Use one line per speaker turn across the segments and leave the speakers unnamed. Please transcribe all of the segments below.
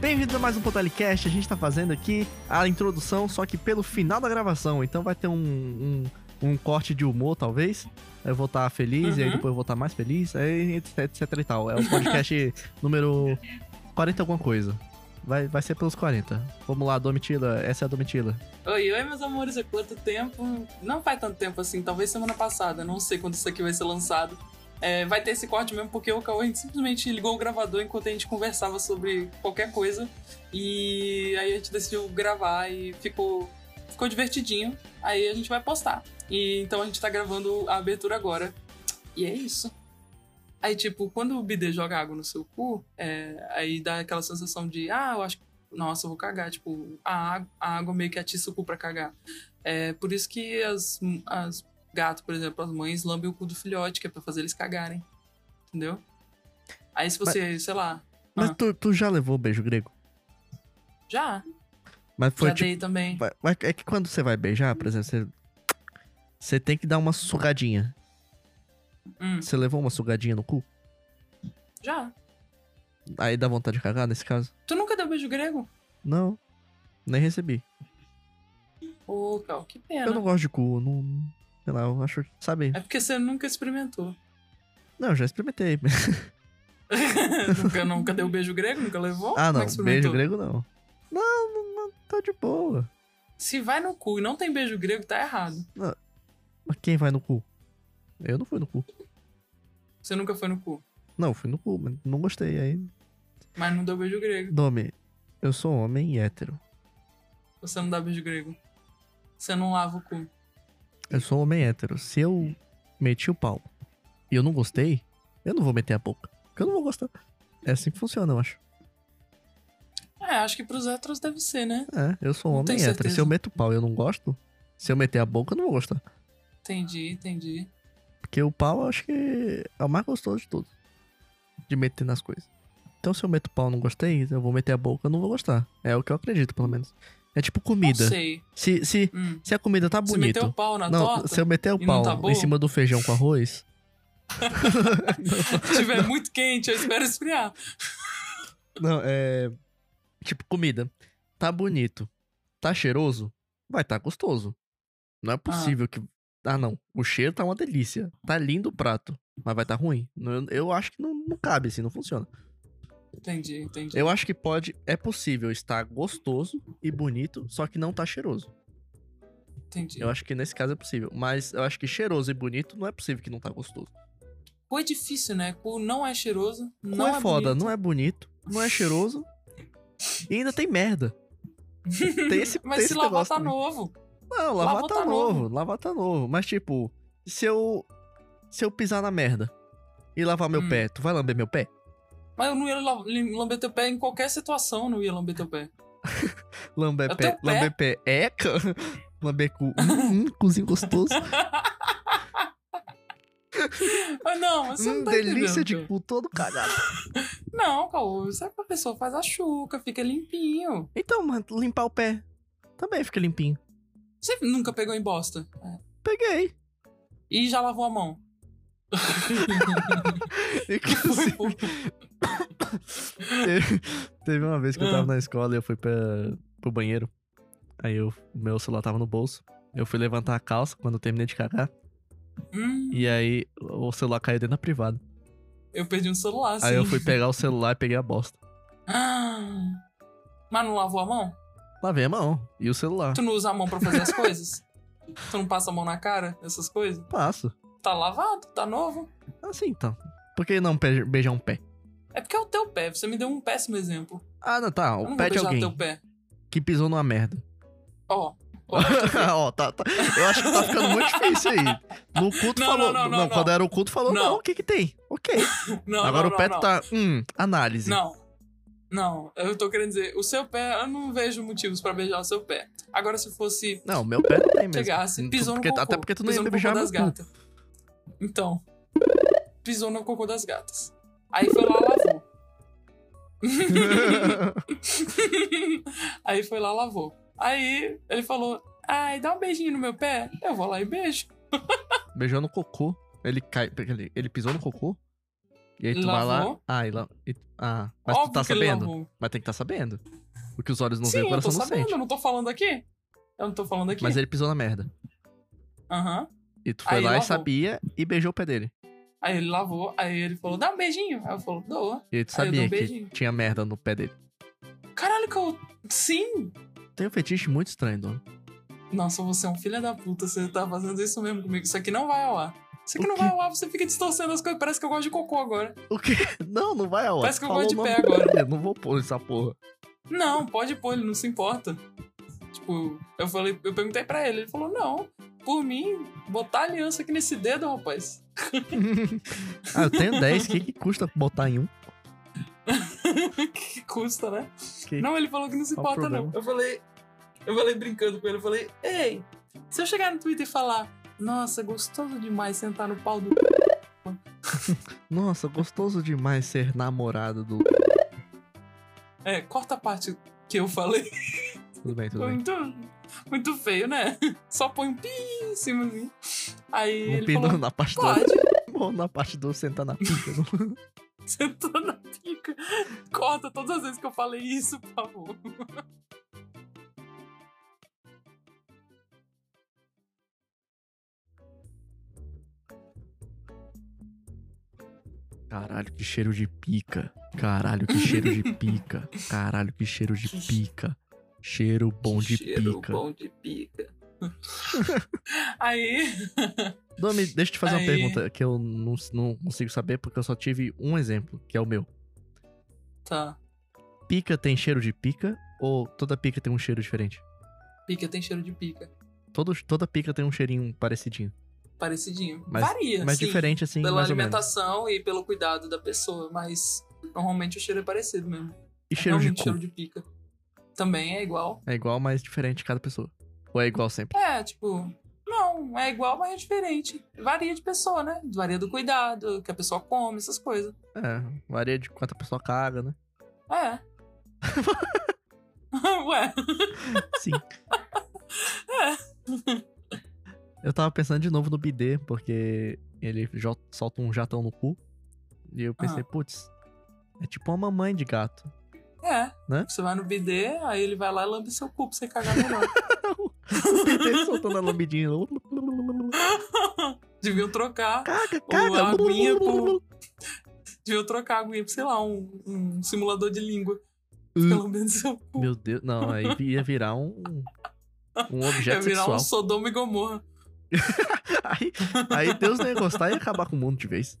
Bem-vindos a mais um Potalicast. A gente tá fazendo aqui a introdução, só que pelo final da gravação. Então vai ter um, um, um corte de humor, talvez. Eu vou estar feliz, e aí
Uhum.
depois eu vou estar mais feliz, aí etc, etc e tal. É o podcast número 40 alguma coisa. Vai, vai ser pelos 40. Vamos lá, Domitila. Essa é a Domitila.
Oi, oi, meus amores, há quanto tempo? Não faz tanto tempo assim, talvez semana passada, não sei quando isso aqui vai ser lançado. É, vai ter esse corte mesmo, porque o Cauê simplesmente ligou o gravador enquanto a gente conversava sobre qualquer coisa. E aí a gente decidiu gravar e ficou, ficou divertidinho. Aí a gente vai postar. E então a gente tá gravando a abertura agora. E é isso. Aí, tipo, quando o BD joga água no seu cu, é, aí dá aquela sensação de, ah, eu acho nossa, eu vou cagar. Tipo, a, águ- a água meio que atiça o cu pra cagar. É por isso que as, as gatos, por exemplo, as mães lambem o cu do filhote, que é pra fazer eles cagarem. Entendeu? Aí se você, sei lá,
Mas
Ah.
tu, tu já levou beijo grego?
já,
Mas foi
já
tipo.
dei também.
vai- vai- É que quando você vai beijar, por exemplo, você. Você tem que dar uma sugadinha.
Hum,
Você levou uma sugadinha no cu?
já.
Aí dá vontade de cagar nesse caso?
Tu nunca deu beijo grego?
Não. Nem recebi.
Ô, Cal, que pena.
Eu não gosto de cu, não. Sei lá, eu acho. Sabe?
né? É porque você nunca experimentou.
Não, eu já experimentei.
nunca, nunca deu beijo grego? Nunca levou?
Ah,
Como
não.
é que experimentou?
Beijo grego, não. Não, não, não tá de boa.
Se vai no cu e não tem beijo grego, tá errado.
Mas quem vai no cu? Eu não fui no cu.
Você nunca foi no cu,
Não, eu fui no cu, mas não gostei. Aí.
mas não deu beijo grego.
Nome. Eu sou um homem e hétero.
Você não dá beijo grego. Você não lava o cu.
Eu sou um homem hétero. Se eu meti o pau e eu não gostei, eu não vou meter a boca. Porque eu não vou gostar. É assim que funciona, eu acho.
É, acho que pros héteros deve ser, né?
É, eu sou
Não
homem
tenho
hétero. Se eu
certeza.
meto o pau e eu não gosto, se eu meter a boca, eu não vou gostar.
Entendi, entendi.
Porque o pau eu acho que é o mais gostoso de tudo. De meter nas coisas. Então se eu meto o pau e não gostei, eu vou meter a boca, eu não vou gostar. É o que eu acredito, pelo menos. É tipo comida.
Não sei.
Se, se,
Hum.
se a comida tá
Se meteu o
bonito.
pau na
Não,
torta,
se eu meter o
e
pau
não tá
em
boa?
cima do feijão com arroz.
se tiver muito quente, eu espero esfriar.
Não, é. Tipo, comida. Tá bonito. Tá cheiroso? Vai tá gostoso. Não é possível que. Ah, não. O cheiro tá uma delícia. Tá lindo o prato. Mas vai tá ruim. Não, Eu, eu acho que não, não cabe, assim, não funciona.
Entendi, entendi.
Eu acho que pode. É possível estar gostoso e bonito, só que não tá cheiroso.
Entendi.
Eu acho que nesse caso é possível. Mas eu acho que cheiroso e bonito não é possível que não tá gostoso.
Cu é difícil, né? Cu não é cheiroso.
Não,
não
é, foda,
bonito.
não é bonito, não é cheiroso. e ainda tem merda. Tem esse,
Mas
tem
se
esse
lavar
negócio
tá
também.
novo.
Não, lavar
Lavar
tá,
tá
novo,
novo.
lavar tá novo. Mas tipo, se eu. Se eu pisar na merda e lavar meu
Hum.
pé, tu vai lamber meu pé?
Mas eu não ia la- lamber teu pé em qualquer situação, eu não ia lamber teu pé.
Lamber
É o
pé,
teu pé.
lamber pé, eca. lamber cu, hum, hum, cozinho gostoso.
Ah, não, mas você
hum,
não tá
delícia
entendendo,
de
cara.
cu todo cagado.
Não, Caô, sabe que a pessoa faz a chuca, fica limpinho.
Então, mano, limpar o pé também fica limpinho.
Você nunca pegou em bosta?
Peguei.
E já lavou a mão.
Inclusive, teve, teve uma vez que eu tava
Ah.
na escola e eu fui pra, pro banheiro. Aí eu, meu celular tava no bolso. Eu fui levantar a calça quando eu terminei de cagar.
Hum,
E aí o celular caiu dentro da privada.
eu perdi um celular, sim.
Aí eu fui pegar o celular e peguei a bosta.
Ah, mas não lavou a mão?
Lavei a mão e o celular.
Tu não usa a mão pra fazer as coisas? tu não passa a mão na cara, essas coisas?
Passo.
Tá lavado, tá novo.
Assim então. Por que não pe- beijar um pé?
É porque é o teu pé, você me deu um péssimo exemplo.
Ah, não, tá.
Eu
O
não
pé
vou
de
beijar
alguém
teu pé.
que pisou numa merda.
Ó,
Ó, tá, tá. Eu acho que tá ficando muito difícil aí. No culto
Não,
falou.
não, não, não,
quando
não.
era o culto falou, não,
Não.
o que que tem? Ok.
não,
Agora
não,
o pé
não,
tu tá. Hum, análise.
Não. Não, eu tô querendo dizer, o seu pé, eu não vejo motivos pra beijar o seu pé. Agora, se fosse
Não, meu pé não tem mesmo.
chegasse,
Tu-
pisou
porque- tá,
no cocô.
Até porque tu não
pisou
ia
no cocô
beijar meu
das
cu.
gatas. Então, pisou no cocô das gatas. Aí foi lá, lavou. Aí foi lá, lavou. Aí ele falou, ai, dá um beijinho no meu pé. Eu vou lá e beijo.
Beijou no cocô. Ele cai. Ele, ele pisou no cocô. E aí tu vai lá.
Lavou.
Ah, e lá. e- ah, mas
Óbvio
tu tá
que ele
sabendo?
lavou.
Mas tem que tá sabendo. O que os olhos não
Sim,
veem, o
eu tô
coração não
sabendo, né?
sente.
eu não tô falando aqui. Eu não tô falando aqui.
Mas ele pisou na merda.
Aham.
E tu foi
Aí
lá e
lavou.
sabia e beijou o pé dele.
Aí ele lavou, aí ele falou, dá um beijinho. Aí eu falo, dou.
E aí tu
Aí eu
sabia
dou um
que
beijinho.
tinha merda no pé dele.
Caralho, que eu. Sim!
Tem um fetiche muito estranho, dono.
Nossa, você é um filho da puta, você tá fazendo isso mesmo comigo. Isso aqui não vai ao ar. Isso aqui
O
não
quê?
vai ao ar, você fica distorcendo as coisas. Parece que eu gosto de cocô agora.
O quê? Não, não vai ao ar.
Parece que eu
Falou
gosto de
o nome
pé agora.
dele, Eu não vou pôr essa porra.
Não, pode pôr, ele não se importa. Tipo, eu falei, eu perguntei pra ele, ele falou, não, por mim, botar aliança aqui nesse dedo, rapaz.
ah, eu tenho 10. O que, que custa botar em um?
que custa, né?
Que-
Não, ele falou que não se
Qual o
importa,
problema?
não. Eu falei, eu falei brincando com ele, eu falei, ei, se eu chegar no Twitter e falar, nossa, gostoso demais sentar no pau do.
Nossa, gostoso demais ser namorado do.
É, corta a parte que eu falei.
Tudo bem, tudo
Foi
bem.
muito, muito feio, né? Só põe um pi em cima assim. Aí
Um
ele
pino
falou,
na parte
pode,
do. Bom, na parte do sentar na pica. não.
sentou na pica. Corta todas as vezes que eu falei isso, por favor.
Caralho, que cheiro de pica. Caralho, que cheiro de pica. Caralho, que cheiro de pica. Cheiro bom
Que
de
cheiro
pica.
bom de pica. Aí,
Domi, deixa eu te fazer uma
Aí.
pergunta que eu não, não consigo saber porque eu só tive um exemplo, que é o meu.
tá.
Pica tem cheiro de pica ou toda pica tem um cheiro diferente?
Pica tem cheiro de pica.
Todo, toda pica tem um cheirinho parecidinho.
Parecidinho.
Mas-
Varia,
Mas
É, sim.
diferente assim,
Pela
mais ou menos.
alimentação e pelo cuidado da pessoa, mas normalmente o cheiro é parecido mesmo.
E cheiro de
Realmente,
cu.
cheiro de pica. Também é igual.
É igual, mas diferente cada pessoa. Ou é igual sempre?
É, tipo, não, é igual, mas é diferente. Varia de pessoa, né? Varia do cuidado, que a pessoa come, essas coisas.
É, varia de quanto a pessoa caga, né?
É. Ué,
Sim. Eu tava pensando de novo no bidê, porque ele jo- solta um jatão no cu. E eu
Ah.
pensei, putz, é tipo uma mamãe de gato.
é.
Né?
Você vai no bidê, aí ele vai lá e lambe seu cu pra você cagar melhor.
O bidê soltando a lambidinha.
Deviam trocar,
Caga,
a
caga.
aguinha com- deviam trocar a aguinha pra, sei lá, um, um simulador de língua.
Hum.
Fica lambendo seu cu.
Meu Deus, não, aí ia virar um. Um
Ia
objeto
virar
sexual.
um Sodoma e Gomorra.
Aí, aí Deus não ia gostar e ia acabar com o mundo de vez.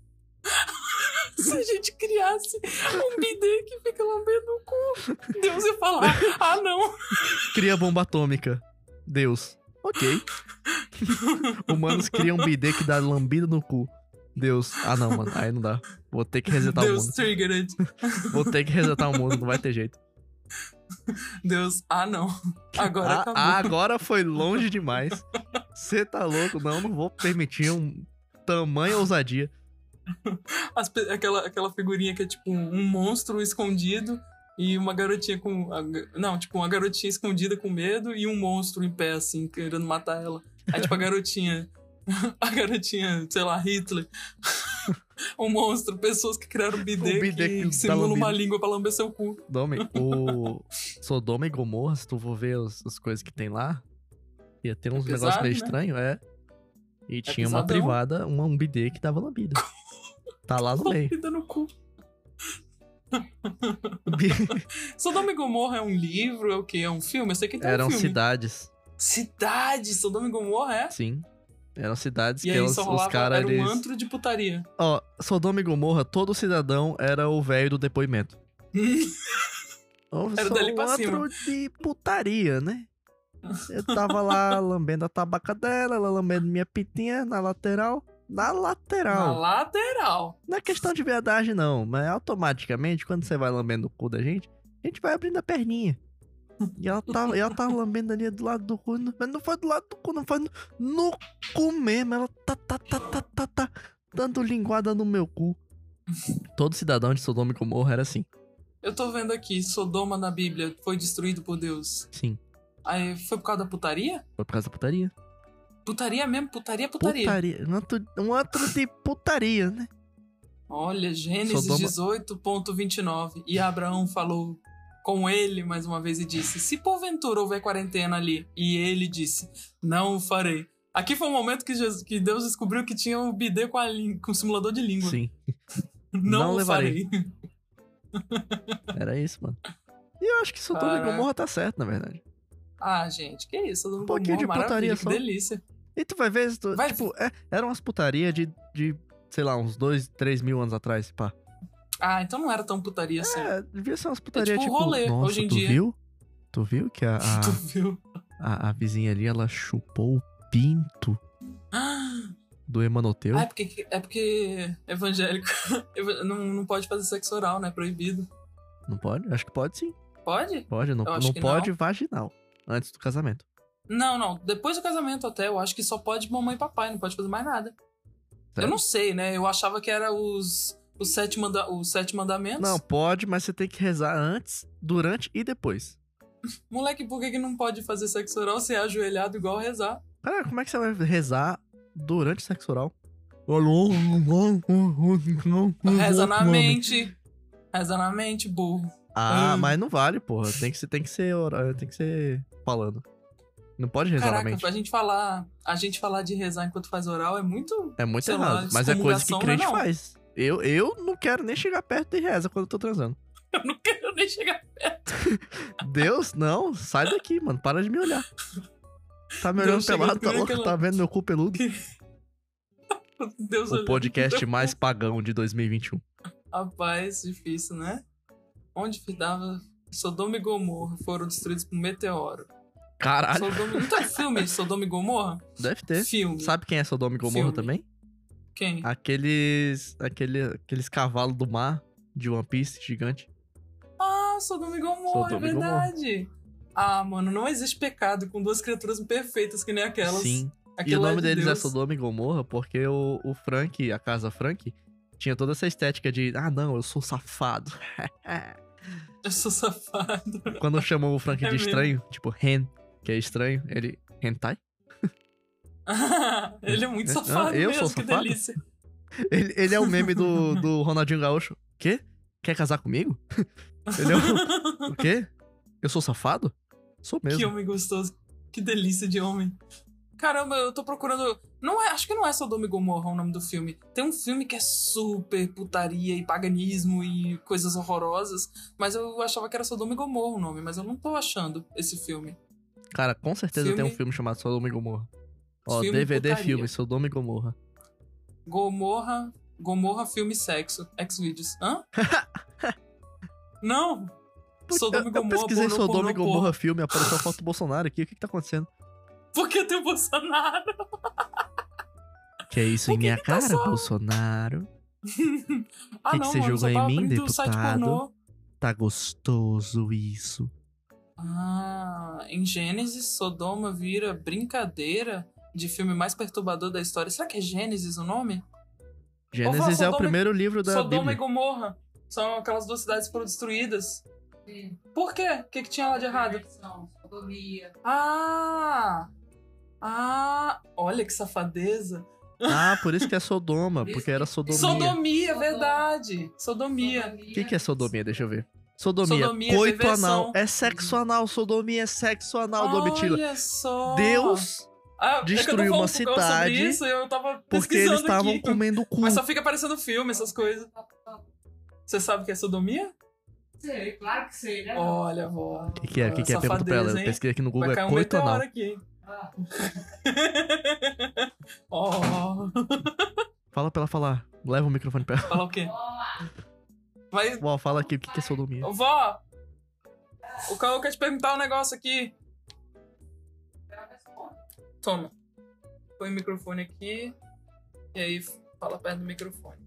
Se a gente criasse um bidê que fica lambendo o cu, Deus ia falar, ah não,
Cria bomba atômica. Deus. Ok. Humanos criam um bidê que dá lambida no cu. Deus. Ah, não, mano. Aí não dá. Vou ter que resetar
Deus
o
triggered.
mundo. Vou ter que resetar o mundo. Não vai ter jeito.
Deus, ah não. Agora
Ah,
acabou.
ah, agora foi longe demais. Você tá louco? Não, não vou permitir um tamanha ousadia.
As pe- aquela, aquela figurinha que é tipo um um monstro escondido e uma garotinha com. a ga- Não, tipo, uma garotinha escondida com medo e um monstro em pé, assim, querendo matar ela. Aí, tipo, a garotinha. A garotinha, sei lá, Hitler. um monstro, pessoas que criaram bidê,
Um bidê que
que,
dá
simulam uma
lambida.
língua pra lamber seu cu.
Nome, o Sodoma e Gomorra, se tu for ver as, as coisas que tem lá, ia ter uns negócios
pesado,
meio
né? É
estranhos, é. E tinha uma
pesadão.
privada, uma, um bidê que dava lambida. Tá lá no meio.
Lambida no cu.
Bi-
Sodoma e Gomorra é um livro, é o quê? É um filme? Eu sei que tem
Eram
um filme.
cidades,
Cidade, Sodoma e Gomorra é?
sim. Eram cidades
E
que é
aí
os,
só
os
rolava,
caras,
era um
eles...
antro de putaria.
Ó, Sodoma e Gomorra, todo cidadão era o velho do depoimento. Ou
Era
só
dali pra
um antro
cima.
de putaria, né? Eu tava lá lambendo a tabaca dela, ela lambendo minha pitinha na lateral. Na lateral.
Na lateral.
Não é questão de verdade, não, mas automaticamente, quando você vai lambendo o cu da gente, a gente vai abrindo a perninha. E ela tá, e ela tá lambendo ali do lado do cu, não- mas não foi do lado do cu, não foi no, no cu mesmo. Ela tá, tá, tá, tá, tá, tá, dando linguada no meu cu. Todo cidadão de Sodoma e Gomorra era assim,
Eu tô vendo aqui, Sodoma na Bíblia foi destruído por Deus.
sim.
Aí foi por causa da putaria?
Foi por causa da putaria.
Putaria mesmo? Putaria, putaria.
Putaria. Um antro, um antro de putaria, né?
Olha, Gênesis
Sodoma-
18.29. E Abraão falou com ele mais uma vez e disse: Se porventura houver quarentena ali. E ele disse: Não o farei. Aqui foi o momento que, Jesus- que Deus descobriu que tinha o bidê com, a lin- com o simulador de língua.
Sim.
não
não
o
levarei.
farei.
Era isso, mano. E eu acho que Sodoma e
Caraca.
Gomorra tá certo, na verdade.
Ah, gente, que isso. Um
pouquinho de putaria
Que
só.
delícia.
E tu vai ver, se tu-
Vai-
tipo, é, eram umas putaria de, de, sei lá, uns dois, três mil anos atrás, pá.
Ah, então não era tão putaria assim.
É, devia ser umas putaria,
tipo um
tipo,
rolê,
nossa,
hoje em
tu
dia."
viu? Tu viu que a, a,
Tu viu?
a- a vizinha ali, ela chupou o pinto do Emanoteu?
Ah, é porque, é porque evangélico eva- não, não pode fazer sexo oral, né? Proibido.
Não pode? Acho que pode sim.
Pode?
Pode, não,
Eu acho
não
que
pode vaginal. Antes do casamento.
Não, não. Depois do casamento até, eu acho que só pode mamãe e papai, não pode fazer mais nada.
Sério?
Eu não sei, né? Eu achava que era os, os, sete, manda, os sete mandamentos.
Não, pode, mas você tem que rezar antes, durante e depois.
Moleque, por que, que não pode fazer sexo oral se é ajoelhado igual rezar?
Cara, como é que você vai rezar durante o sexo oral?
Reza na mente. Reza na mente, burro.
Ah,
Hum.
mas não vale, porra. Tem que ser, tem que ser, ora- tem que ser falando. Não pode rezar na
Caraca,
mente.
pra gente falar, a gente falar de rezar enquanto faz oral é muito.
É muito
sei lá,
errado. mas é coisa que
excomungação,
crente
né, não?
faz. Eu, eu não quero nem chegar perto de reza quando eu tô transando.
Eu não quero nem chegar.
Deus, não, sai daqui, mano. Para de me olhar. Tá me
Deus
olhando
chega
pelado, tá
primeiro
louco?
que ela-
Tá vendo meu cu peludo?
é Deus
O
olhando.
podcast mais pagão de 2021.
Rapaz, difícil, né? Onde ficava Sodoma e Gomorra foram destruídos por um meteoro.
Caralho,
Sodoma... Não tem filme de Sodoma e Gomorra?
deve ter.
Filme.
Sabe quem é Sodoma e Gomorra
Filme.
também? Ah.
Quem?
Aqueles. Aquele, aqueles cavalos do mar de One Piece gigante.
Ah, Sodoma e Gomorra,
Sodoma
é
e Gomorra.
verdade. Ah, mano, não existe pecado com duas criaturas perfeitas que nem aquelas.
Sim. E
Aquilo
o nome
é de
deles
Deus.
é Sodoma e Gomorra porque o, o Frank, a casa Frank, tinha toda essa estética de, ah não, eu sou safado.
Eu sou safado.
Quando chamam o Frank
É
de
mesmo.
estranho, tipo Ren, que é estranho, ele. Hentai?
Ele é muito
Ah,
safado
eu
mesmo,
sou
que
safado?
delícia.
Ele, ele é o meme do, do Ronaldinho Gaúcho. Quê? Quer casar comigo? Ele é o. O quê? Eu sou safado? Sou mesmo.
Que homem gostoso. Que delícia de homem. Caramba, eu tô procurando. Não é, acho que não é Sodoma e Gomorra o nome do filme. Tem um filme que é super putaria e paganismo e coisas horrorosas, mas eu achava que era Sodoma e Gomorra o nome, mas eu não tô achando esse filme.
Cara, com certeza tem um
Filme-
filme chamado Sodoma e Gomorra. Ó,
Filme
DVD
putaria.
filme, Sodoma e Gomorra.
Gomorra, Gomorra filme sexo, Xvideos. Hã? não. Sodoma e
eu, eu
Gomorra,
pesquisei
pornô,
Sodoma e
pornô,
Gomorra filme, apareceu a foto do Bolsonaro aqui. O que, que tá acontecendo?
Por que tem o Bolsonaro?
Que é isso
Por
em
que
minha
que tá
cara,
só-
Bolsonaro.
ah,
que
não,
você
mano,
jogou
só
em
tava
mim,
abrindo o site
deputado?
pornô.
Tá gostoso isso.
Ah, em Gênesis, Sodoma vira brincadeira de filme mais perturbador da história. Será que é Gênesis o nome? Ô, vó,
Gênesis é o
Sodoma e-
primeiro livro da
Sodoma e
Bíblia.
Gomorra. São aquelas duas cidades que foram destruídas.
Sim.
Por quê? O que, que tinha lá de errado?
Perversão, sodomia.
Ah! Ah! Olha que safadeza.
Ah, por isso que é Sodoma, porque era sodomia.
Sodomia,
Sodoma.
verdade. Sodomia.
Sodomia.
O que, que é sodomia? Deixa eu ver. Sodomia,
Sodomia é
coito
perversão.
anal. É sexo anal, sodomia é sexo anal, Domitila.
Olha só.
Deus,
Ah, é que eu tô
destruiu
falando
uma
com o Gal
cidade
Sobre isso, eu tava
porque
pesquisando
eles estavam
aqui.
comendo cu.
Mas só fica aparecendo filme, essas coisas.
Não
Você sabe o que é sodomia?
Sei, claro que sei, né?
Olha, vó.
O que, que é? O que, que é? Pergunta pra ela.
Safadeza,
Eu
hein?
pesquisei aqui no Google,
Vai
é
cair um
coito anal.
meteoro aqui.
Ah,
Ó,
Fala pra ela falar. Leva o microfone pra ela.
falar o quê?
ó,
Mas,
Vó, fala aqui o que, que é sodomia.
ô, vó, o Caô quer te perguntar um negócio aqui.
ela responde.
Toma. Põe o microfone aqui. E aí, fala perto do microfone.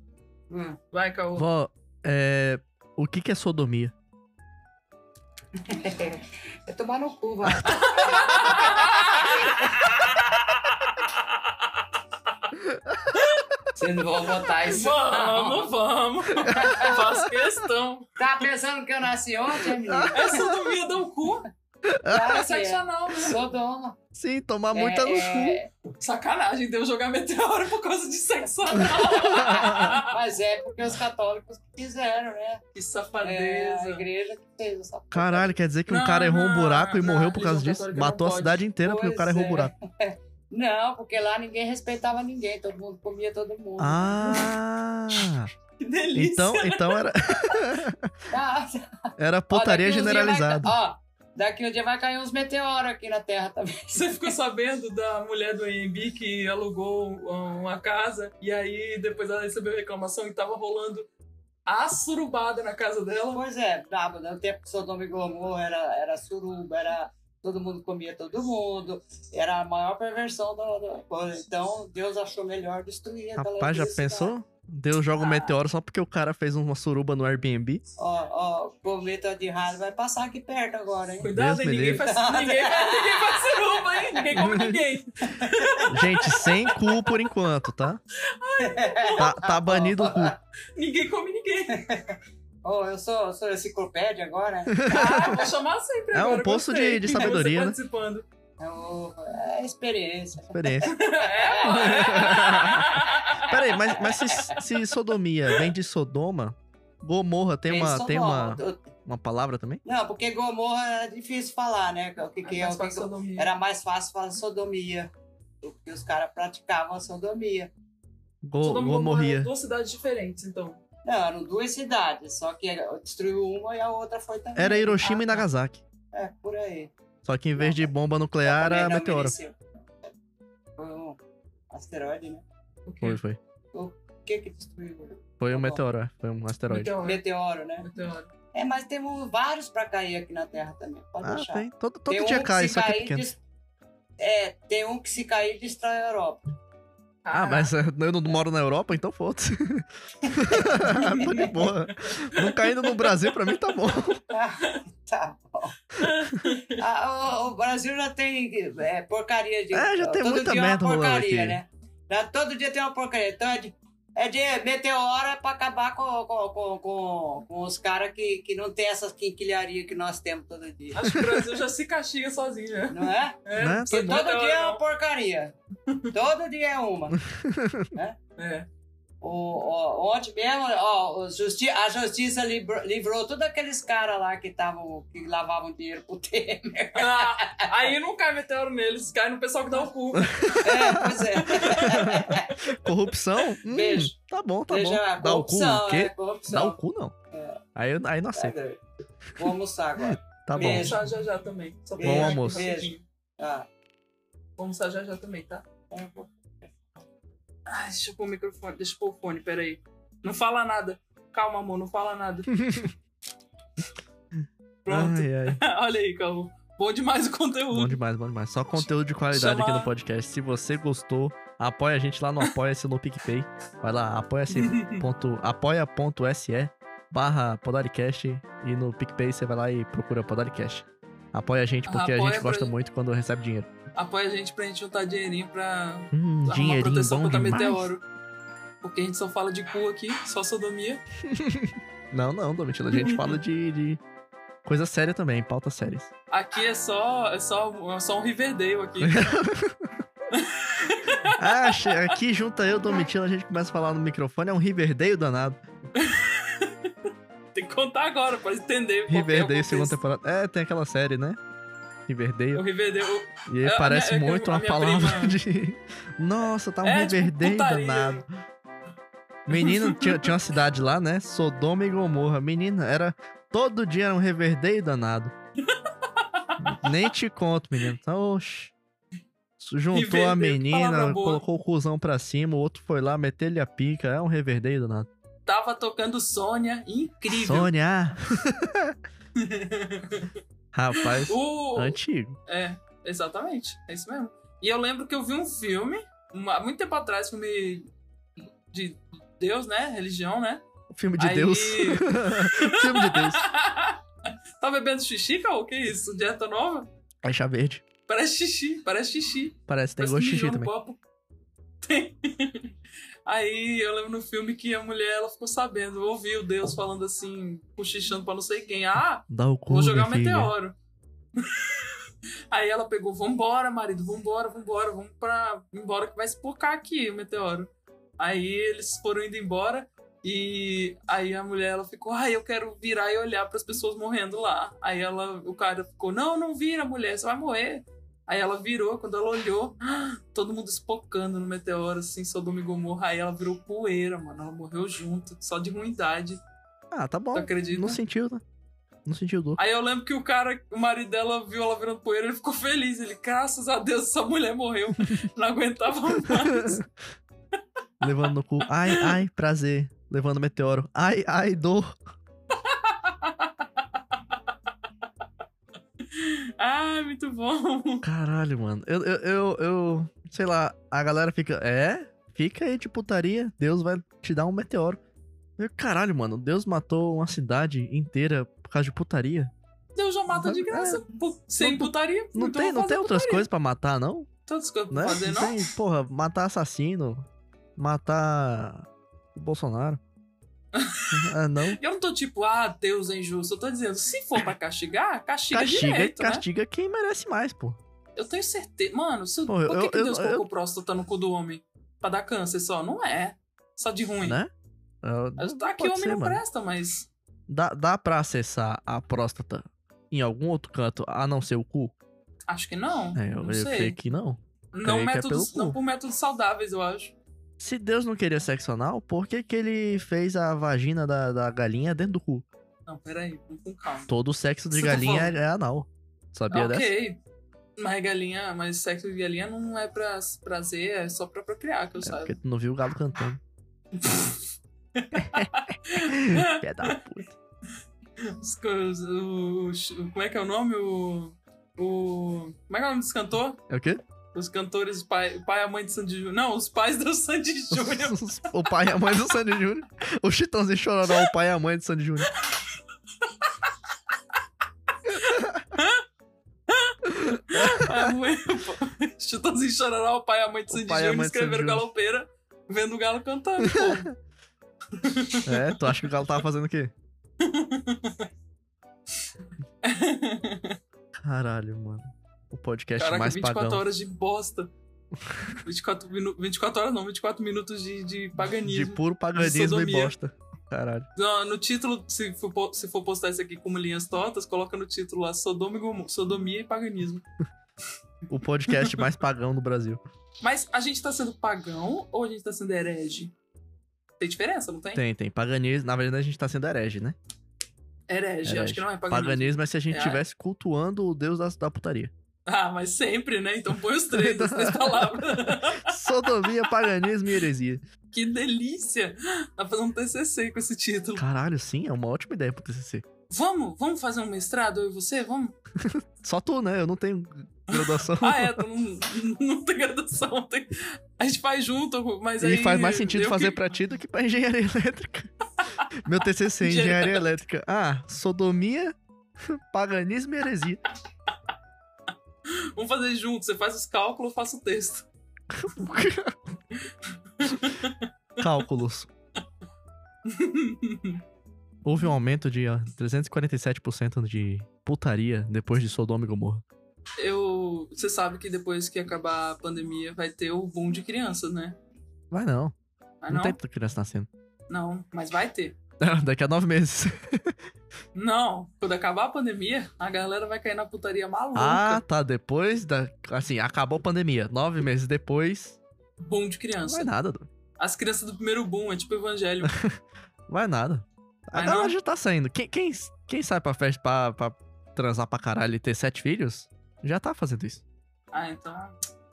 Hum.
Vai, Caô.
Vó, é... O que, que é sodomia?
É tomar no cu, vai. Vocês não vão botar isso.
Vamos, vamos. Faço questão.
Tá pensando que eu nasci ontem, amigo?
Essa do Mia dá o cu. É
Claro que é.
seccional, né?
Sodoma.
Sim, tomar muita
é,
Tá no cu.
é,
Sacanagem deu jogar meteoro por causa de seccional.
Mas é porque os católicos quiseram, né?
que
É, a
safadeza.
igreja que fez essa porra.
Caralho, quer dizer que um
Não,
cara errou um
não,
buraco e
não,
morreu por causa
religião
disso?
católica não
Matou a
pode.
cidade inteira porque o
Pois
cara errou um
é.
buraco.
Não, porque lá ninguém respeitava ninguém, todo mundo comia todo mundo.
Ah!
Que delícia.
Então, então era,
Ah,
era
ó,
putaria
daqui uns dias vai-
generalizada.
Ó, daqui um dia vai cair uns meteoros aqui na Terra tá também.
Você ficou sabendo da mulher do AMB que alugou uma casa e aí depois ela recebeu reclamação e tava rolando a surubada na casa dela?
Pois é, brabo, né? O tempo que Sodoma e Gomorra era, era suruba, era... Todo mundo comia todo mundo. Era a maior perversão da... da coisa. Então, Deus achou melhor destruir aquela
Rapaz, já
cidade.
pensou? Deus joga um
né? Ah.
meteoro só porque o cara fez uma suruba no Airbnb.
Ó, ó, o cometa de rádio vai passar aqui perto agora, hein?
Cuidado,
Deus
hein?
me
ninguém
livre.
faz, ninguém, faz, ninguém faz suruba, hein? Ninguém come ninguém.
Gente, sem cu por enquanto, tá? Tá, tá banido o cu.
Ninguém come ninguém.
Ó, eu sou, sou enciclopédia agora.
Ah, vou chamar sempre
É um
agora,
poço de-
gostei.
de sabedoria, né?
Você participando.
Eu- É experiência.
Experiência.
É, mano.
Peraí, mas, mas se, se sodomia vem de Sodoma, Gomorra tem
Vem
uma,
Sodoma.
tem uma, uma palavra também?
Não, porque Gomorra era difícil falar, né? O que, que é, o que- era mais fácil falar sodomia. Porque os caras praticavam a sodomia.
Go, gomorria.
é Duas cidades diferentes, então.
Não, eram duas cidades, só que destruiu uma e a outra foi também.
Era Hiroshima
tá,
e Nagasaki.
É, por aí.
Só que em vez de bomba nuclear,
Também
era
não
meteoro.
mereceu. Foi um asteroide, né?
O quê?
Foi, foi.
O que que destruiu?
Foi um
Tá bom.
meteoro, é. foi um asteroide.
Meteoro.
Meteoro, né?
Meteoro.
É, mas temos vários pra cair aqui na Terra também. Pode
Ah,
deixar.
tem. Todo, todo
Tem
dia
um que
cai,
se
só que é
cair,
pequeno.
des- É, tem um que se cair destrói a Europa.
Ah, mas eh, eu não moro na Europa, então foda-se. Tô de boa. Não caindo no Brasil, pra mim tá bom.
Tá bom. Ah, o, o Brasil já tem é, porcaria de.
É, já tem
todo
muita
dia
merda
uma
rolando
porcaria,
aqui.
né? Já, todo dia tem uma porcaria. Então é de, é de meteora pra acabar com, com, com, com, com os caras que, que não tem essas quinquilharias que nós temos todo dia.
Acho que o Brasil já se castiga sozinho, né?
Não é?
É,
Né?
não precisa
Todo
de
Todo dia é
meteoro,
uma porcaria. Todo dia é uma.
não. É.
O, ó, ontem mesmo, ó, o justi a justiça libro- livrou todos aqueles caras lá que estavam que lavavam dinheiro pro Temer.
Ah, aí não cai meteoro neles, cai no pessoal que dá o cu.
É, pois é.
Corrupção? Hum,
Beijo.
Tá bom, tá
Veja a
bom. Dá o cu,
corrupção,
o
é,
quê? Dá
corrupção.
o cu, não. Aí, eu- aí não aceito.
É, Vou almoçar agora.
Tá
Vou
bom.
Beijo.
almoçar já já também. Só pra
Bom
dar
almoço.
aqui um
Beijo.
pouquinho.
Ah,
Vou almoçar já já também, tá?
eu vou-
Ai, deixa eu pôr o microfone, deixa eu pôr o fone, peraí. Não fala nada. Calma, amor, não fala nada. Pronto.
Ai, ai.
Olha aí, calma. Bom demais o conteúdo.
Bom demais, bom demais. Só conteúdo de qualidade aqui
Chama-
no podcast. Se você gostou, apoia a gente lá no Apoia-se no PicPay. Vai lá, apoia-se. ponto- apoia.se barra Podaricast e no PicPay você vai lá e procura Podaricast. Apoia a gente porque a
Apoia
gente
pra
gosta
gente.
muito quando recebe dinheiro.
Apoia a gente pra gente juntar dinheirinho pra
Hum,
arrumar
dinheirinho
proteção
bom
contra
demais.
meteoro. Porque a gente só fala de cu aqui, só sodomia.
Não, não, Domitila. A gente fala de, de coisa séria também, pautas sérias.
Aqui é só, é só, é só um Riverdale aqui.
Ah, che- aqui junta eu, Domitila, a gente começa a falar no microfone. É um Riverdale danado.
Tem que contar agora pra entender. qual que é o
Riverdale, segunda
contexto.
temporada. É, tem aquela série, né? Riverdale.
O Riverdale.
E aí
É,
parece
né, é que
muito
a
uma
minha
palavra
prima-
de. Nossa, tá um
É, tipo,
Riverdale
putaria.
danado. Menino, tinha, tinha uma cidade lá, né? Sodoma e Gomorra. Menina, era. Todo dia era um Riverdale danado. Nem te conto, menino. Tá, oxe. Juntou a
Riverdale, palavra
menina,
boa.
colocou o cuzão pra cima, o outro foi lá, meteu-lhe a pica. É um Riverdale danado.
Tava tocando Sônia, incrível.
Sônia! Rapaz,
O...
antigo.
É, exatamente. É isso mesmo. E eu lembro que eu vi um filme, uma- há muito tempo atrás, filme de Deus, né? Religião, né?
Filme de
Aí-
Deus. Filme de Deus.
tá bebendo xixi, Cal? Que isso? Dieta nova?
Caixa verde.
Parece xixi, parece xixi.
Parece, tem
Parece
gosto de
que
xixi
mijou no
também.
copo. Tem. Aí eu lembro no filme que a mulher ela ficou sabendo, ouviu Deus falando assim, cochichando pra não sei quem. Ah,
Dá o cu,
vou jogar um
minha filha.
meteoro. Aí ela pegou, vambora, marido, vambora, vambora, vamos pra. embora que vai espocar aqui o meteoro. Aí eles foram indo embora e aí a mulher ela ficou, ai, eu quero virar e olhar para as pessoas morrendo lá. Aí ela, o cara ficou, não, não vira, mulher, você vai morrer. Aí ela virou, quando ela olhou, todo mundo espocando no meteoro, assim, Sodoma e Gomorra. Aí ela virou poeira, mano. Ela morreu junto, só de ruindade.
Ah, tá bom.
Tu acredita?
Não sentiu, né? Não sentiu dor.
Aí eu lembro que o cara, o marido dela, viu ela virando poeira, ele ficou feliz. Ele, graças a Deus, essa mulher morreu. Não aguentava mais.
Levando no cu. Ai, ai, prazer. Levando meteoro. Ai, ai, dor.
Ah, muito bom.
Caralho, mano. Eu, eu, eu, eu- sei lá, a galera fica, é? Fica aí de putaria, Deus vai te dar um meteoro. Eu, caralho, mano, Deus matou uma cidade inteira por causa de putaria.
Deus já mata de graça. Pô, Sem
Não-
putaria.
Não tem,
então vou
não
fazer
tem outras
putaria.
coisas pra matar, não?
Tantas coisas pra
Né?
fazer, não?
não tem, porra, matar assassino, matar o Bolsonaro. ah, não.
Eu não tô tipo, ah, Deus é injusto. Eu tô dizendo, se for pra castigar, castiga,
Castiga,
direito, né?
castiga quem merece mais, pô.
Eu tenho certeza. Mano, se,
Pô,
por
eu-
que, que
eu-
Deus
eu-
colocou próstata no cu do homem? Pra dar câncer só? Não é. Só de ruim.
Né? Ah,
Tá que
pode
homem
ser,
não
mano.
presta, mas.
Dá, dá pra acessar a próstata em algum outro canto a não ser o cu?
Acho que não.
É, eu,
não
eu
sei.
creio que não.
não,
creio que é
métodos,
pelo cu.
não por métodos saudáveis, eu acho.
Se Deus não queria sexo anal, por que, que ele fez a vagina da, da galinha dentro do cu?
Não, peraí, vamos com calma.
Todo sexo de
Você tá
galinha
falando-
é é anal. Sabia
Ah,
dessa?
ok. Mas galinha, mas sexo de galinha não é pra prazer, é só pra procriar, que eu
É
saiba.
porque tu não viu o galo cantando. Pé da puta.
Os co- os- o- o- como é que é o nome? O. O. Como é que é o nome dos cantores?
É o quê?
Os cantores, pai, pai e a mãe de Sandy Júnior. Não, os pais do Sandy Júnior.
o pai e a mãe do Sandy Júnior. O Chitãozinho chororó, o pai e a mãe do Sandy Júnior.
a mãe. Chutãozinho chororó, o pai e a mãe de
O
Sandy
pai e a
Júnior
mãe de Sandy
escreveram
Júnior.
galopeira, vendo o galo cantando, pô.
É, tu acha que o galo tava fazendo o quê? Caralho, mano. O podcast
Caraca,
mais
24
pagão.
horas de bosta. 24, minu... 24 horas não, 24 minutos de, de
De
paganismo.
puro paganismo e
sodomia.
bosta. Caralho.
No, no título, se for, po- se for postar isso aqui como linhas tortas, coloca no título lá Sodoma e Gomorra, Sodomia e Paganismo.
O podcast mais pagão do Brasil.
Mas a gente tá sendo pagão ou a gente tá sendo herege? Tem diferença, não tem?
Tem, tem. Paganismo. Na verdade, a gente tá sendo herege, né?
Herege,
Herege.
acho que não é paganismo.
Paganismo é se a gente
É.
estivesse cultuando o deus da, da putaria.
Ah, mas sempre, né? Então põe os três, as três palavras.
Sodomia, paganismo e heresia.
que delícia! Dá pra fazer um TCC com esse título.
Caralho, sim, é uma ótima ideia pro TCC.
Vamos? Vamos fazer um mestrado, eu e você? Vamos?
Só tu, né? Eu não tenho graduação.
Ah, é, tu não, não tem graduação. tem- A gente faz junto, mas aí...
e faz mais sentido
eu
fazer
que-
pra ti do que pra engenharia elétrica. Meu TCC, é engenharia elétrica. Ah, sodomia, paganismo e heresia.
Vamos fazer junto, você faz os cálculos, eu faço o texto.
Cálculos. Houve um aumento de ó, 347% de putaria depois de Sodoma e Gomorra.
Eu. Você sabe que depois que acabar a pandemia vai ter o boom de crianças, né?
Vai não,
Ah,
não
não?
tem tanta criança nascendo.
Não, mas vai ter.
Daqui a nove meses.
Não, quando acabar a pandemia, a galera vai cair na putaria maluca.
Ah, tá. Depois da. Assim, acabou a pandemia. Nove meses depois.
Boom de
Não
criança.
vai nada, doido.
As crianças do primeiro boom, é tipo evangelho.
Vai nada. A
Vai
galera
não?
já tá saindo. Quem, quem, quem sai pra festa pra, pra transar pra caralho e ter sete filhos, já tá fazendo isso.
ah, então.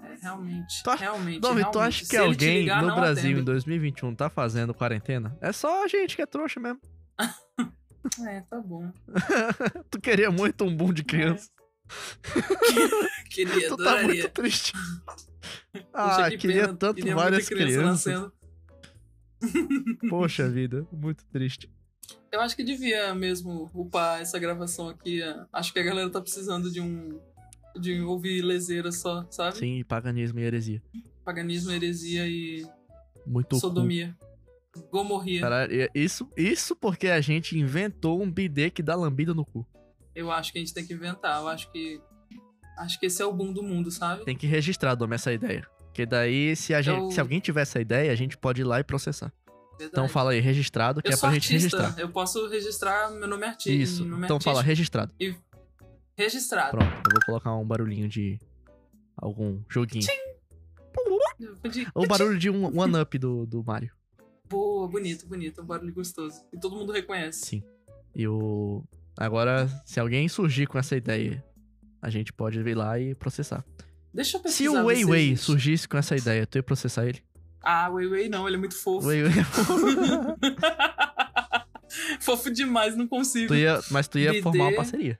É, realmente.
Tu acha-
realmente.
Domi,
realmente.
tu acha
Se
que
ele te
alguém
ligar,
no
não
Brasil em
atende.
2021 tá fazendo quarentena? É só a gente que é trouxa mesmo.
É, tá bom.
tu queria muito um boom de criança.
Queria,
tu tá
adoraria.
muito triste.
Poxa,
ah,
que
queria
pena,
tanto
queria muita
várias
criança
crianças.
nascendo.
Poxa vida, muito triste.
Eu acho que devia mesmo upar essa gravação aqui. é. Acho que a galera tá precisando de um. de ouvir leseira só, sabe?
Sim, e paganismo e heresia.
Paganismo, heresia e
Muito cu.
sodomia. Gomorria.
Caralho, e- isso, isso porque a gente inventou um bidê que dá lambida no cu.
Eu acho que a gente tem que inventar. Eu acho que. Acho que esse é o boom do mundo, sabe?
Tem que registrar, Dom, essa ideia. Porque daí, se, a gente,
Eu-
se alguém tiver essa ideia, a gente pode ir lá e processar. Então
Verdade.
fala aí, registrado, que
eu
é
sou
pra gente
artista,
registrar.
eu posso registrar meu nome artístico.
Isso.
Meu nome
Então fala,
artístico.
registrado.
registrado.
Pronto, eu vou colocar um barulhinho de algum joguinho.
Eu pedi-
Ou o barulho de um one-up do, do Mario.
Boa, bonito, bonito. Um barulho gostoso. E todo mundo reconhece.
Sim. E o. Agora, se alguém surgir com essa ideia, a gente pode ir lá e processar.
Deixa eu
Se
pesquisar.
o Wei
vocês,
Wei
gente.
surgisse com essa ideia, tu ia processar ele?
Ah, Wei Wei não, ele é muito fofo.
Wei Wei.
fofo demais, não consigo.
tu ia, mas tu ia
BD.
formar uma parceria.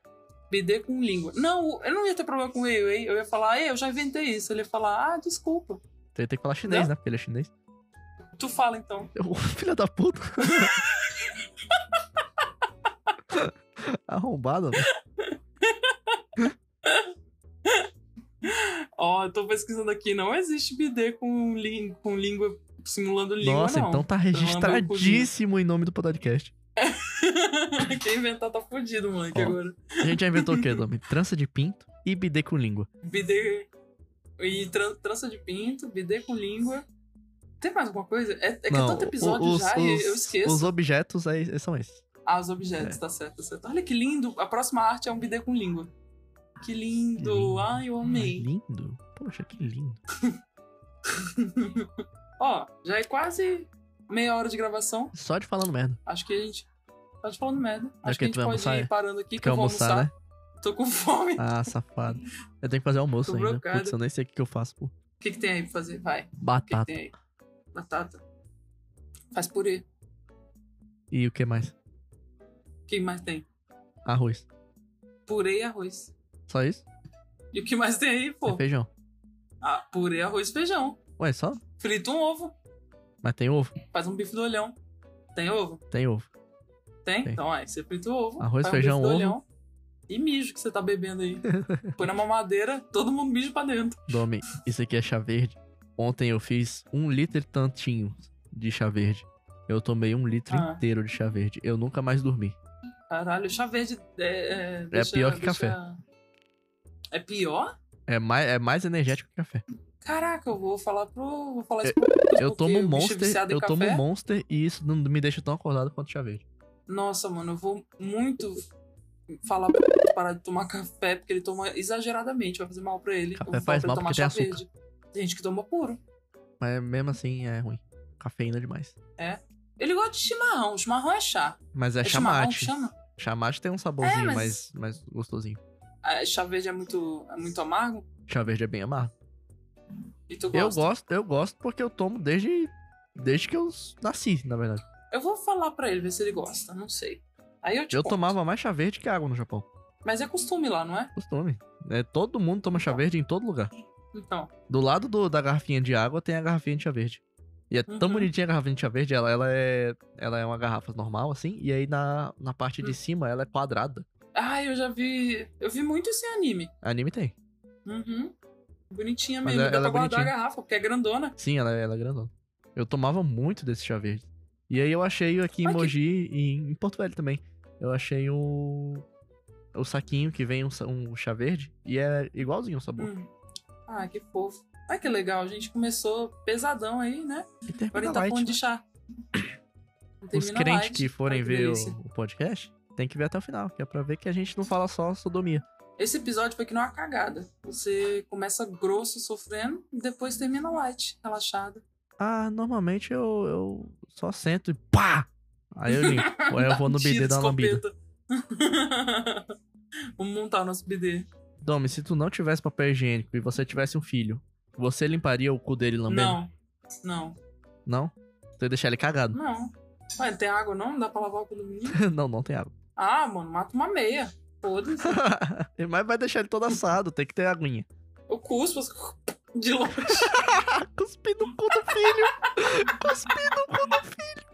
BD com língua. Não, eu não ia ter problema com o Wei Wei. Eu ia falar, "Ei, eu já inventei isso. Ele ia falar, ah, desculpa.
Tu ia ter que falar chinês,
Não?
né? Porque ele é chinês.
Tu fala então.
Eu, filha da puta. Arrombada, velho.
Ó, eu tô pesquisando aqui. Não existe BD com, lí- com língua simulando língua,
Nossa,
não.
então tá
é um
registradíssimo em nome do podcast.
Quem inventar tá fudido, moleque,
Ó.
agora.
A gente já inventou o quê, Domi? Trança de pinto e bidê com língua.
BD e tran- trança de pinto, BD com língua. Tem mais alguma coisa? É, é que é
Não,
tanto episódio
os-
já e
os-
eu esqueço.
Os objetos aí são esses.
Ah, os
É.
objetos, tá certo, tá certo. Olha que lindo. A próxima arte é um bidê com língua. Que lindo.
lindo.
Ai, eu
Ah,
amei.
lindo. Poxa, que lindo.
Ó, já é quase meia hora de gravação.
Só de falando merda.
Acho que a gente. Tá te falando merda. Acho
o quê? É Tu
que a gente
vai
pode
almoçar,
ir
é?
parando aqui que
Quer
eu vou
almoçar,
almoçar.
né?
Tô com fome.
Ah, safado. Eu tenho que fazer almoço
Tô
ainda.
brocado.
Putz, eu nem sei o que que eu faço, pô.
O que, que tem aí pra fazer? Vai. O que, que
Batata.
tem aí? Batata. Faz purê.
E o que mais?
O que mais tem?
Arroz.
Purê e arroz.
Só isso?
E o que mais tem aí,
É
pô?
feijão.
Ah, purê, arroz e feijão.
Ué, só?
Frita um ovo.
Mas tem ovo?
Faz um bife do olhão. Tem ovo?
Tem ovo.
Tem?
Tem.
Então, aí, você frita o ovo.
Arroz,
faz um
feijão,
bife do
ovo.
olhão E mijo que você tá bebendo aí. Põe na mamadeira, todo mundo mijo pra dentro.
Domi, isso aqui é chá verde. Ontem eu fiz um litro e tantinho de chá verde. Eu tomei um litro
Ah.
inteiro de chá verde. Eu nunca mais dormi.
Caralho, chá verde é... É, deixa-
pior que
deixa- É pior?
É mais, é mais energético que café.
Caraca, eu vou falar pro... Vou
É.
falar isso
Eu
Porque
tomo
o bicho é
Monster,
viciado em
eu tomo
café?
Monster e isso não me deixa tão acordado quanto chá verde.
Nossa, mano, eu vou muito falar pra ele parar de tomar café, porque ele toma exageradamente, vai fazer mal pra ele.
Café
eu vou
faz
falar pra ele
mal
tomar
porque tem
chá
açúcar.
verde. Tem gente que toma puro.
Mas mesmo assim é ruim. Cafeína demais.
Ele gosta de chimarrão, chimarrão é chá.
Mas é,
chimarrão que
chamate.
chama?
Chamate tem um saborzinho
É, mas-
mais, mais gostosinho.
Ah, chá verde é muito, é muito amargo.
Chá verde é bem amargo.
E tu
Eu
gosta?
gosto, eu gosto porque eu tomo desde, desde que eu nasci, na verdade.
Eu vou falar pra ele, ver se ele gosta, não sei. Aí eu te
Eu
conto.
tomava mais chá verde que água no Japão.
Mas é costume lá, não é?
Costume. É, todo mundo toma chá verde em todo lugar.
Então,
Do lado do- da garrafinha de água tem a garrafinha de chá verde. E é tão
Uhum.
bonitinha a garrafinha de chá verde, ela, ela é ela é uma garrafa normal, assim, e aí na, na parte de
Hum.
cima ela é quadrada.
ah, eu já vi... Eu vi muito esse anime.
Anime tem.
Uhum. Bonitinha
Mas
mesmo,
é-
dá
ela
pra
é
guardar a
bonitinha.
garrafa, porque é grandona.
Sim, ela, ela é grandona. Eu tomava muito desse chá verde. E aí eu achei aqui em
Ai, que-
Mogi, e em, em Porto Velho também, eu achei o... O saquinho que vem um, sa- um chá verde e é igualzinho o sabor.
Hum. Ah, que fofo. Ah, que legal. A gente começou pesadão aí, né?
E termina
Agora a gente tá
light, né?
falando de chá. Não
Os
termina
crentes
light.
que forem
Ai, que
ver o,
delícia.
o podcast, tem que ver até o final, que é pra ver que a gente não fala só sodomia.
Esse episódio foi que não é uma cagada. Você começa grosso, sofrendo, e depois termina light, relaxado.
Ah, normalmente eu, eu só sento e pá! Aí eu limpo. Aí eu
Dá
vou no
um tiro
BD
de
dar uma lambida.
escopeta. Vamos montar o nosso BD.
Domi, se tu não tivesse papel higiênico e você tivesse um filho, você limparia o cu dele lambendo?
Não, não,
Não? Tu ia deixar ele cagado?
não. Ué, não tem água não? Não dá pra lavar o cu do menino?
não, não tem água.
Ah, mano, mata uma meia. Foda-se.
Mas vai deixar ele todo assado, tem que ter aguinha.
Eu cuspo de longe.
Cuspi no cu do filho! Cuspi no cu do filho!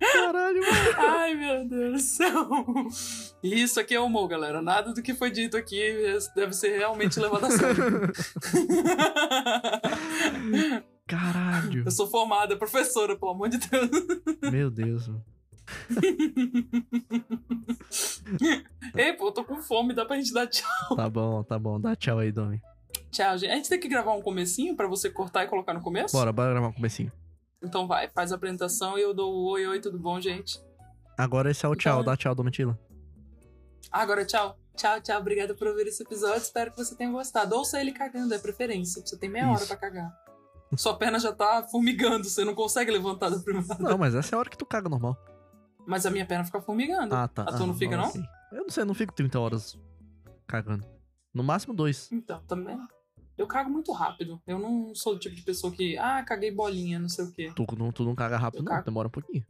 Caralho, mano.
Ai, meu Deus do céu. Isso aqui é humor, galera. Nada do que foi dito aqui deve ser realmente levado a sério.
Caralho.
Eu sou formada, professora, pelo amor de Deus.
Meu Deus, mano.
Ei, pô, eu tô com fome, dá pra gente dar tchau.
Tá bom, tá bom. Dá tchau aí, Domi.
Tchau, gente. A gente tem que gravar um comecinho pra você cortar e colocar no começo?
Bora, bora gravar um comecinho.
Então vai, faz a apresentação e eu dou o oi, oi, tudo bom, gente?
Agora esse é o tchau.
Então,
Dá tchau, Domitila.
Ah, Agora tchau. Tchau, tchau. Obrigada por ouvir esse episódio. Espero que você tenha gostado. Ouça ele cagando, é preferência. Você tem meia hora
Isso.
pra cagar. Sua perna já tá formigando, você não consegue levantar da privada.
Não, mas essa é a hora que tu caga normal.
Mas a minha perna fica formigando.
Ah, tá.
A tua não fica, não?
ok. Eu não sei, eu não fico 30 horas cagando. No máximo dois.
Então, também. Eu cago muito rápido. Eu não sou do tipo de pessoa que, ah, caguei bolinha, não sei o quê.
Tu não, tu não caga rápido,
Eu
não.
cago.
Demora um pouquinho.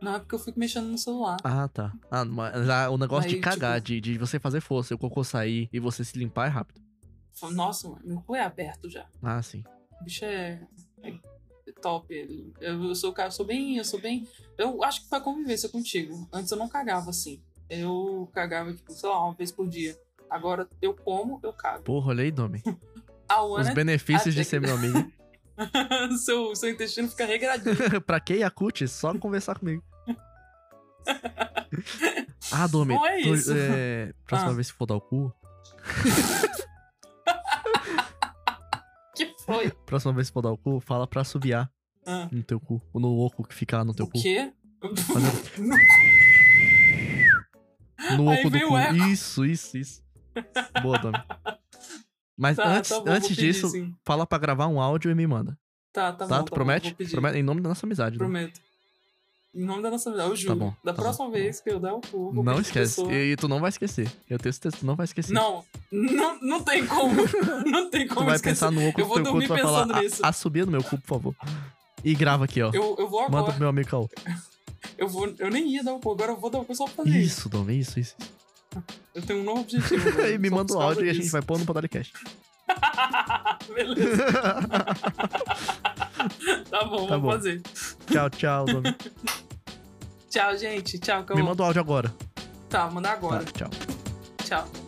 Não, é porque eu fico mexendo no celular.
Ah, tá. Ah, mas ah, o negócio
Aí, tipo
de cagar, de, de você fazer força, o cocô sair e você se limpar é rápido.
Falo, Nossa, mano, meu cu é aberto já.
Ah, sim.
O bicho é, é top. ele- Eu, eu sou o cara, eu sou bem, eu sou bem. Eu acho que foi a convivência contigo. Antes eu não cagava assim. Eu cagava, tipo, sei lá, uma vez por dia. Agora eu como, eu cago.
Porra, olha aí, Domi.
A
Os
Ana,
benefícios de
até
ser meu amigo.
seu, seu intestino fica regradinho.
pra que Yakut? É Só conversar comigo. ah, Domi.
Bom, é
tu-
isso.
é, próxima
Ah.
vez que for dar o cu.
que foi?
Próxima vez que for dar o cu, fala pra subiar
Ah,
no teu cu. Ou no oco que fica lá no teu
o
cu.
quê?
No
Aí
oco do
veio o
cu.
eco.
Isso, isso, isso. Boa, Domi. Mas
Tá,
antes,
tá bom,
antes
vou pedir,
disso,
sim.
fala pra gravar um áudio e me manda.
Tá, tá,
Tá?
bom.
tu
tá Bom,
promete?
vou pedir.
Promete? Em nome da nossa amizade. né? Domi.
Prometo. Em nome da nossa vida, eu juro.
bom,
da
tá
próxima
bom, tá
vez que eu der o cu, eu vou
Não
pedir pra
esquece.
pessoa.
E, e tu não vai esquecer. Eu tenho certeza que tu não vai esquecer.
Não, não, não tem como. Não tem como
tu vai
esquecer.
pensar no oco
Eu
do
vou
teu cu,
dormir
tu vai falar,
pensando nisso.
a, a subir no meu cu, por favor. E grava aqui, ó.
Eu, eu vou
Manda
agora.
pro meu amigo Caô.
Eu, vou, eu nem ia dar o cu, agora eu vou dar o cu só pra fazer isso.
Isso, Dom, isso, isso.
Eu tenho um novo objetivo.
E
velho,
me
só
manda o
por causa
áudio e a gente
disso.
vai pôr no podcast.
Beleza, tá bom,
Tá
vamos
bom.
fazer.
tchau, tchau, Dom.
Tchau, gente. Tchau,
Me
Cão.
manda Tá. o áudio agora.
Tá, manda
Tá,
agora.
tchau.
Tchau.